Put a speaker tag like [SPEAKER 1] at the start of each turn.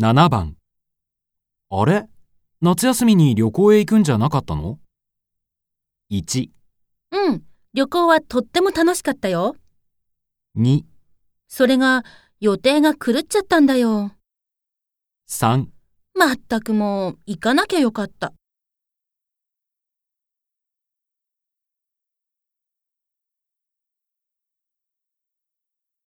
[SPEAKER 1] 7番。あれ夏休みに旅行へ行くんじゃなかったの ?1、
[SPEAKER 2] うん、旅行はとっても楽しかったよ。
[SPEAKER 1] 2、
[SPEAKER 2] それが予定が狂っちゃったんだよ。
[SPEAKER 1] 3。
[SPEAKER 2] まったくもう行かなきゃよかった。